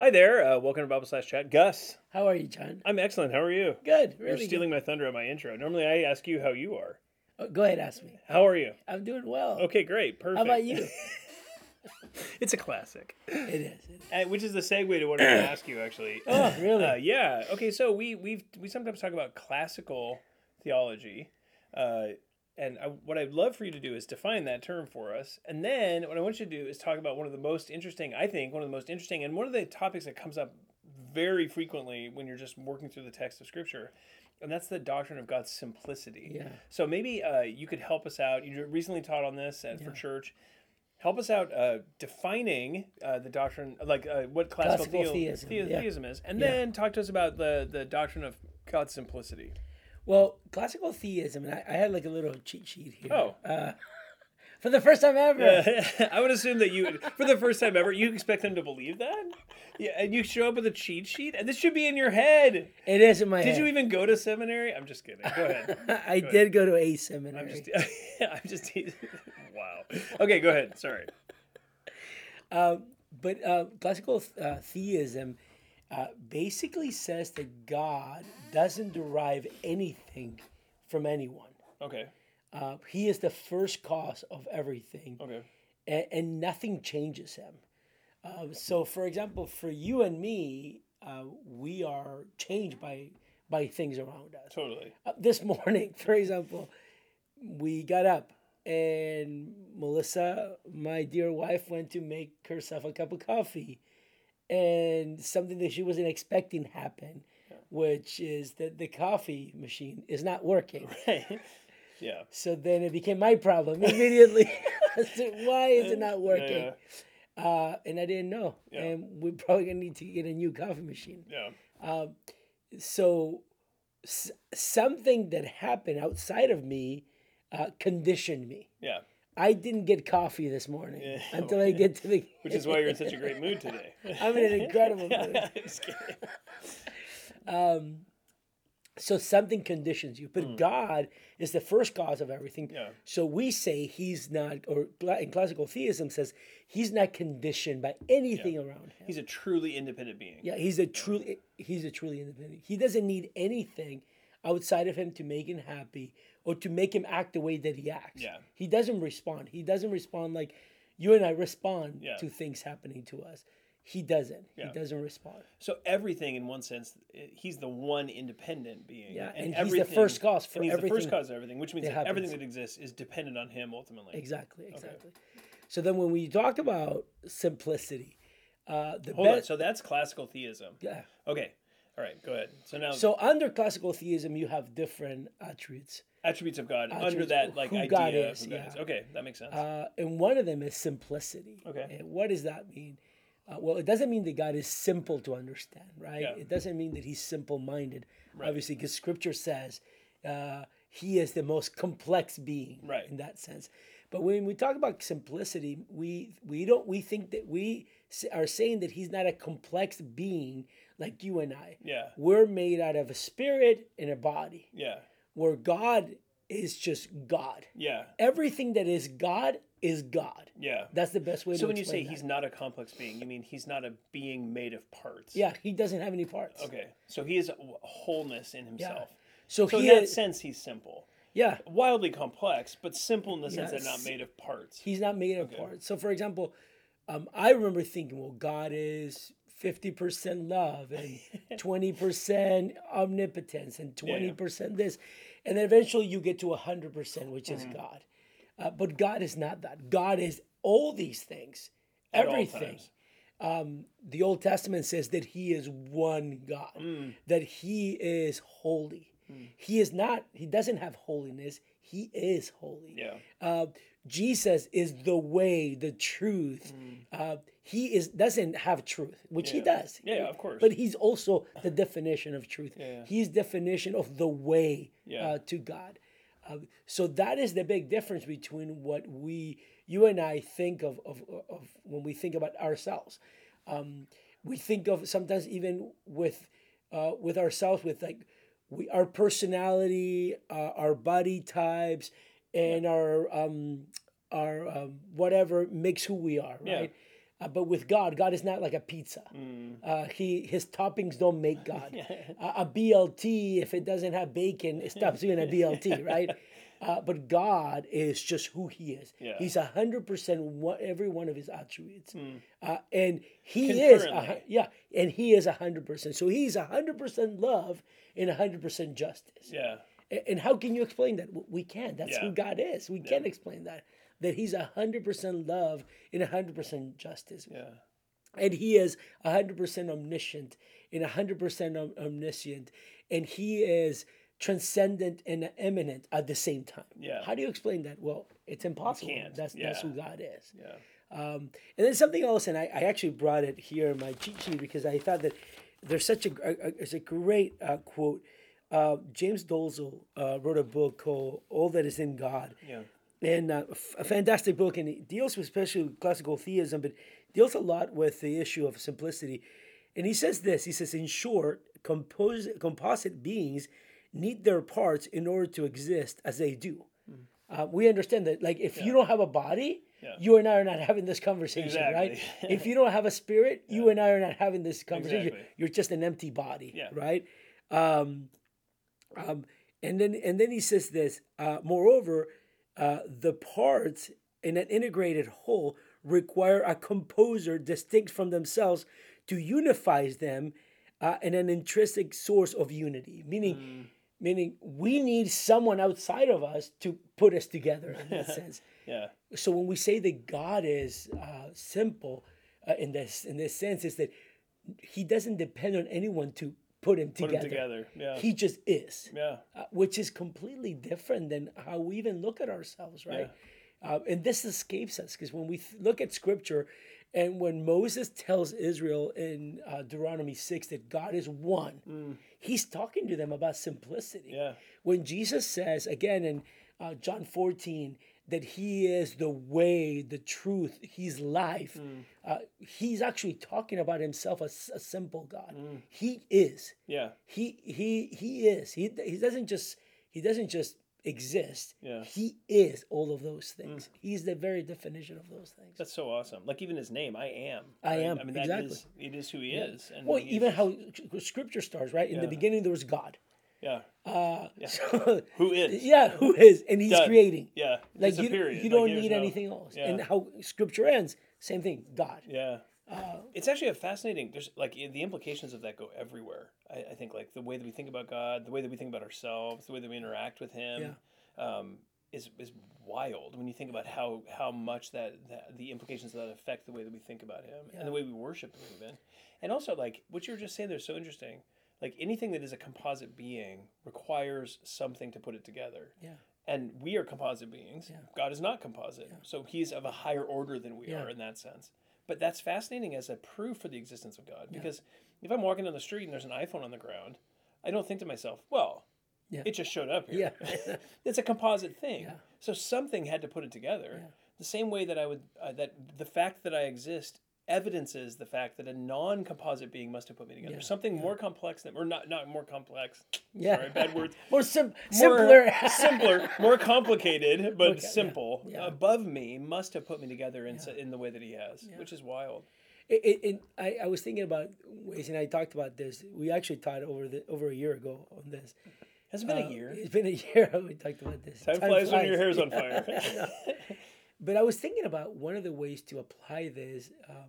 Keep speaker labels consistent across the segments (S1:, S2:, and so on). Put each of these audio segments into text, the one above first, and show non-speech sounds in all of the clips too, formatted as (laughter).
S1: Hi there. Uh, welcome to Bible Slash Chat. Gus,
S2: How are you, John?
S1: I'm excellent. How are you?
S2: Good. Really
S1: You're stealing my thunder on my intro. Normally, I ask you how you are.
S2: Good. Oh, go ahead, ask me.
S1: How are you?
S2: I'm doing well.
S1: Okay, great. Perfect.
S2: How
S1: (laughs)
S2: about you?
S1: It's a classic,
S2: it is. It-
S1: Uh, which is the segue to what I'm going to ask you, actually.
S2: Oh, really?
S1: Uh, yeah. Okay. So we we've we sometimes talk about classical theology, uh, and I, what I'd love for you to do is define that term for us. And then what I want you to do is talk about one of the most interesting, I think, one of the most interesting, and one of the topics that comes up very frequently when you're just working through the text of Scripture. And that's the doctrine of God's simplicity.
S2: Yeah.
S1: So maybe uh, you could help us out. You recently taught on this at, for church. Help us out uh, defining uh, the doctrine, like uh, what classical,
S2: Classical
S1: theo-
S2: theism,
S1: theo-
S2: yeah.
S1: theism is, and
S2: Yeah.
S1: then talk to us about the the doctrine of God's simplicity.
S2: Well, classical theism, and I, I had like a little cheat sheet here.
S1: Oh,
S2: For the first time ever.
S1: (laughs) I would assume that you, for the first time ever, you expect them to believe that. Yeah, and you show up with a cheat sheet, and this should be in your head.
S2: It is in my
S1: Did you even go to seminary? I'm just kidding. Go
S2: (laughs)
S1: ahead.
S2: I did go to a seminary.
S1: I'm just, (laughs) I'm just, (laughs) wow. Okay, go ahead. Sorry.
S2: But uh, classical uh, theism uh, basically says that God doesn't derive anything from anyone.
S1: Okay.
S2: Uh, he is the first cause of everything.
S1: Okay.
S2: and, and nothing changes him. Um, so, for example, for you and me, uh, we are changed by by things around us.
S1: Totally.
S2: (laughs) Uh, this morning, for example, we got up and Melissa, my dear wife, went to make herself a cup of coffee, and something that she wasn't expecting happened, which is that the coffee machine is not working.
S1: yeah.
S2: So then it became my problem (laughs) immediately. I said, Why is it not
S1: Yeah,
S2: working?
S1: yeah.
S2: uh, and I didn't know.
S1: Yeah.
S2: And we're probably gonna need to get a new coffee machine.
S1: Yeah.
S2: So, s- something that happened outside of me uh, conditioned me.
S1: Yeah.
S2: I didn't get coffee this morning
S1: Yeah.
S2: (laughs) until I get to the.
S1: (laughs) Which is why you're in such a great mood today.
S2: (laughs) I'm in an
S1: (laughs)
S2: incredible mood.
S1: Just kidding.
S2: So something conditions you, but God is the first cause of everything.
S1: Hmm. Yeah.
S2: So we say He's not, or cla- in classical theism says He's not conditioned by anything around Him.
S1: He's a truly independent being.
S2: Yeah, he's a truly he's a truly independent. He doesn't need anything outside of him to make him happy or to make him act the way that he acts.
S1: Yeah.
S2: He doesn't respond. He doesn't respond like you and I respond
S1: Yeah.
S2: to things happening to us. He doesn't.
S1: Yeah.
S2: He doesn't respond.
S1: So everything, in one sense, i- he's the one independent being.
S2: Yeah, and he's the first cause for
S1: and he's the first
S2: everything
S1: cause of everything, which means that,
S2: that
S1: everything
S2: happens.
S1: that exists is dependent on him ultimately.
S2: Exactly. Exactly. So then when we talked about simplicity, uh the
S1: Hold on.
S2: best
S1: So that's classical theism.
S2: yeah.
S1: Okay. All right. Go ahead. So now
S2: So under classical theism you have different attributes.
S1: attributes of God under
S2: attributes,
S1: that like idea
S2: who God
S1: of
S2: is,
S1: who God
S2: yeah.
S1: is. Okay, that makes sense.
S2: Uh, and one of them is simplicity.
S1: Okay.
S2: And what does that mean? Uh, well, it doesn't mean that God is simple to understand, right?
S1: Yeah.
S2: It doesn't mean that He's simple-minded, obviously, because Scripture says uh, He is the most complex being,
S1: Right.
S2: In that sense. But when we talk about simplicity, we we don't we think that we s- are saying that He's not a complex being like you and I.
S1: yeah.
S2: We're made out of a spirit and a body,
S1: Yeah.
S2: where God is just God
S1: Yeah.
S2: everything that is God is God.
S1: Yeah.
S2: That's the best way to
S1: So when you say
S2: explain
S1: he's
S2: that.
S1: not a complex being, you mean he's not a being made of parts.
S2: yeah, he doesn't have any parts.
S1: Okay. So he is wholeness in himself.
S2: So,
S1: So in
S2: he
S1: that
S2: is,
S1: sense, he's simple.
S2: yeah,
S1: Wildly complex, but simple in the sense that
S2: Yes.
S1: not made of parts.
S2: he's not made of parts. So for example, um, I remember thinking, well, God is fifty percent
S1: (laughs)
S2: love and twenty percent omnipotence and twenty percent this, and then eventually you get to hundred percent, which
S1: Mm-hmm.
S2: is God. Uh, but God is not that. God is all these things,
S1: all
S2: everything.
S1: times.
S2: the Old Testament says that he is one God,
S1: Mm.
S2: that he is holy. He is not, he doesn't have holiness, he is holy.
S1: Yeah.
S2: Uh, Jesus is the way, the truth. Uh, he is doesn't have truth, which he
S1: Mm. Yeah.
S2: does.
S1: Yeah, yeah, of course.
S2: But he's also the definition of truth.
S1: Yeah.
S2: He's definition of the way
S1: Yeah.
S2: uh, to God. Uh, so that is the big difference between what we, you and I, think of of, of when we think about ourselves. Um, we think of sometimes even with uh, with ourselves with like we our personality, uh, our body types, and our um, our um, whatever makes who we are,
S1: Yeah.
S2: right? Uh, but with God, God is not like a pizza.
S1: Mm.
S2: Uh, he his toppings don't make
S1: (laughs)
S2: God. Uh, a BLT, if it doesn't have bacon, it stops being
S1: (laughs)
S2: a BLT, right? Uh, but God is just who He is.
S1: Yeah.
S2: He's a hundred percent one- every one of His attributes, uh, and He is a,
S1: Mm. Concurrently.
S2: hu- yeah, and He is a hundred percent. So He's a hundred percent love and a hundred percent justice.
S1: Yeah.
S2: A- And how can you explain that? W- We can't. That's who
S1: Yeah.
S2: God is. We can't explain that. That He's a hundred percent love and a hundred percent justice
S1: Yeah.
S2: and he is 100% omniscient and 100% om- omniscient and he is transcendent and eminent at the same time
S1: Yeah.
S2: how do you explain that well it's impossible
S1: can't,
S2: that's that's
S1: yeah.
S2: who god is
S1: Yeah.
S2: um, and then something else and I, I actually brought it here in my cheat sheet because i thought that there's such a, gr- a- a- it's a great uh, quote uh, james dolezal uh, wrote a book called all that is in god
S1: Yeah.
S2: and uh, f- a fantastic book, and it deals with especially with classical theism, but deals a lot with the issue of simplicity. And he says this: he says, in short, compose, composite beings need their parts in order to exist as they do. Uh, we understand that, like, if you don't have a body, you and I are not having this conversation, right?
S1: Exactly. (laughs)
S2: if you don't have a spirit, you and I are not having this conversation.
S1: Exactly.
S2: You're just an empty body,
S1: Yeah.
S2: right? Um, and then and then he says this. Uh, moreover, uh, the parts in an integrated whole require a composer distinct from themselves to unify them uh, in an intrinsic source of unity. Meaning, meaning we need someone outside of us to put us together in that sense
S1: Yeah.
S2: so when we say that God is uh, simple uh, in this in this sense is that he doesn't depend on anyone to put him
S1: Put
S2: together.
S1: them together. Yeah.
S2: He just is,
S1: Yeah.
S2: uh, which is completely different than how we even look at ourselves, right? Uh, and this escapes us because when we th- look at scripture and when Moses tells Israel in uh, Deuteronomy 6 that God is one,
S1: Mm.
S2: he's talking to them about simplicity
S1: Yeah.
S2: when Jesus says again in uh, John 14 that he is the way, the truth, he's life,
S1: Mm.
S2: uh, he's actually talking about himself as a simple God.
S1: Mm.
S2: He is.
S1: Yeah.
S2: He he he is. He he doesn't just he doesn't just exist.
S1: Yeah. Mm.
S2: He is all of those things. He's the very definition of those things.
S1: That's so awesome. Like even his name, I am.
S2: I am,
S1: I mean, that is
S2: exactly.
S1: it is who he is. And
S2: Well,
S1: he is-
S2: even how scripture starts, right? In the
S1: Yeah.
S2: beginning there was God.
S1: yeah,
S2: Uh,
S1: Yeah.
S2: (laughs) so-
S1: who is?
S2: yeah, who is and he's
S1: Done.
S2: creating.
S1: Yeah,
S2: like
S1: it's a
S2: you,
S1: period.
S2: you
S1: Like,
S2: don't
S1: there's
S2: need
S1: no-
S2: anything else
S1: Yeah.
S2: and how scripture ends same thing god
S1: Yeah. it's actually a fascinating. There's like i- the implications of that go everywhere. I, I think like the way that we think about God, the way that we think about ourselves, the way that we interact with Him, um, is is wild when you think about how how much that, that the implications of that affect the way that we think about Him and the way we worship Him, even. And also like what you were just saying there is so interesting. Like anything that is a composite being requires something to put it together
S2: yeah
S1: and we are composite beings. God is not composite. So he's of a higher order than we are in that sense. But that's fascinating as a proof for the existence of God because if I'm walking down the street and there's an iPhone on the ground, I don't think to myself, well,
S2: Yeah.
S1: it just showed up here.
S2: Yeah.
S1: (laughs) it's a composite thing. So something had to put it together. The same way that I would, uh, that the fact that I exist evidences the fact that a non-composite being must have put me together. Something more complex than, or not, not more complex.
S2: Yeah.
S1: Sorry, bad words
S2: (laughs) more sim-
S1: more
S2: simpler
S1: simpler, more complicated, but
S2: Okay, yeah,
S1: simple.
S2: yeah.
S1: Above me must have put me together in, s in the way that he has, which is wild.
S2: (laughs) it, it, it, I, I was thinking about ways and i talked about this we actually talked over the over a year ago on this
S1: Has it been
S2: Uh,
S1: a year?
S2: it's been a (laughs) year we talked about this
S1: Time flies when your hair's on fire.
S2: (laughs)
S1: (laughs)
S2: but i was thinking about one of the ways to apply this um,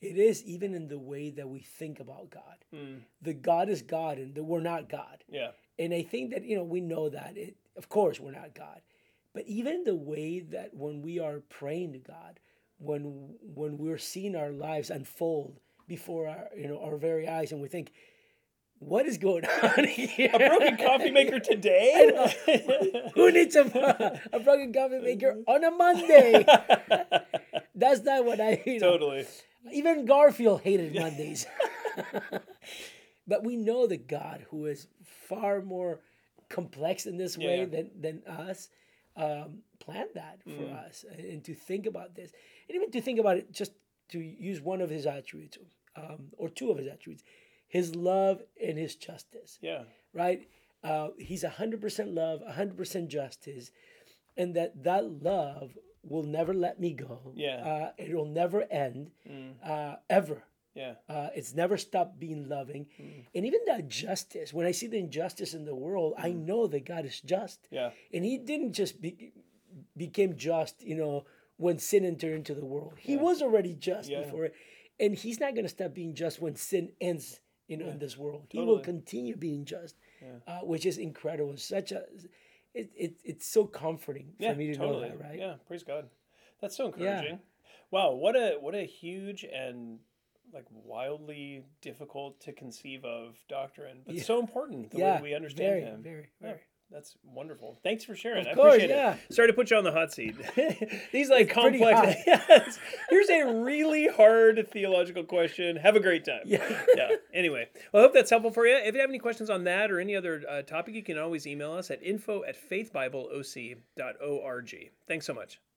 S2: it is even in the way that we think about god the god is god and that we're not god
S1: yeah,
S2: And I think that, you know, we know that. It, of course, we're not God. But even the way that when we are praying to God, when when we're seeing our lives unfold before our you know our very eyes, and we think, what is going (laughs) on here?
S1: broken coffee
S2: (laughs)
S1: maker today.
S2: Who
S1: (laughs)
S2: (laughs) needs a, a broken coffee maker on a Monday? That's not what I you know,
S1: totally.
S2: even Garfield hated Mondays. (laughs) but we know the God who is far more complex in this way
S1: Yeah.
S2: than than us um, planned that for
S1: Mm.
S2: us, and, and to think about this, and even to think about it, just to use one of His attributes um, or two of His attributes, His love and His justice
S1: Yeah,
S2: right? Uh, he's 100% love, 100% justice, and that that love will never let me go.
S1: Yeah.
S2: Uh, it will never end, uh, ever.
S1: Yeah.
S2: Uh, it's never stopped being loving. And even that justice, when I see the injustice in the world, I know that God is just.
S1: Yeah.
S2: And He didn't just be, became just, you know, when sin entered into the world. He was already just
S1: Yeah.
S2: before it. And He's not going to stop being just when sin ends, you know, in this world. He will
S1: totally.
S2: continue being just, uh, which is incredible. Such a, it, it, it's so comforting for
S1: Yeah,
S2: me to
S1: totally.
S2: know that, right?
S1: Yeah, praise God. That's so encouraging. Wow, what a what a huge and like wildly difficult to conceive of doctrine, but so important the way we understand
S2: very,
S1: him.
S2: Very,
S1: Yeah,
S2: very.
S1: That's wonderful. Thanks for sharing. I
S2: course,
S1: appreciate
S2: yeah.
S1: it. Sorry to put you on the hot seat. (laughs) These like
S2: pretty
S1: complex.
S2: hot.
S1: (laughs) Yes. Here's a really hard theological question. Have a great time.
S2: Yeah.
S1: (laughs) yeah. Anyway, well, I hope that's helpful for you. If you have any questions on that or any other uh, topic, you can always email us at info at faithbibleoc.org. Thanks so much.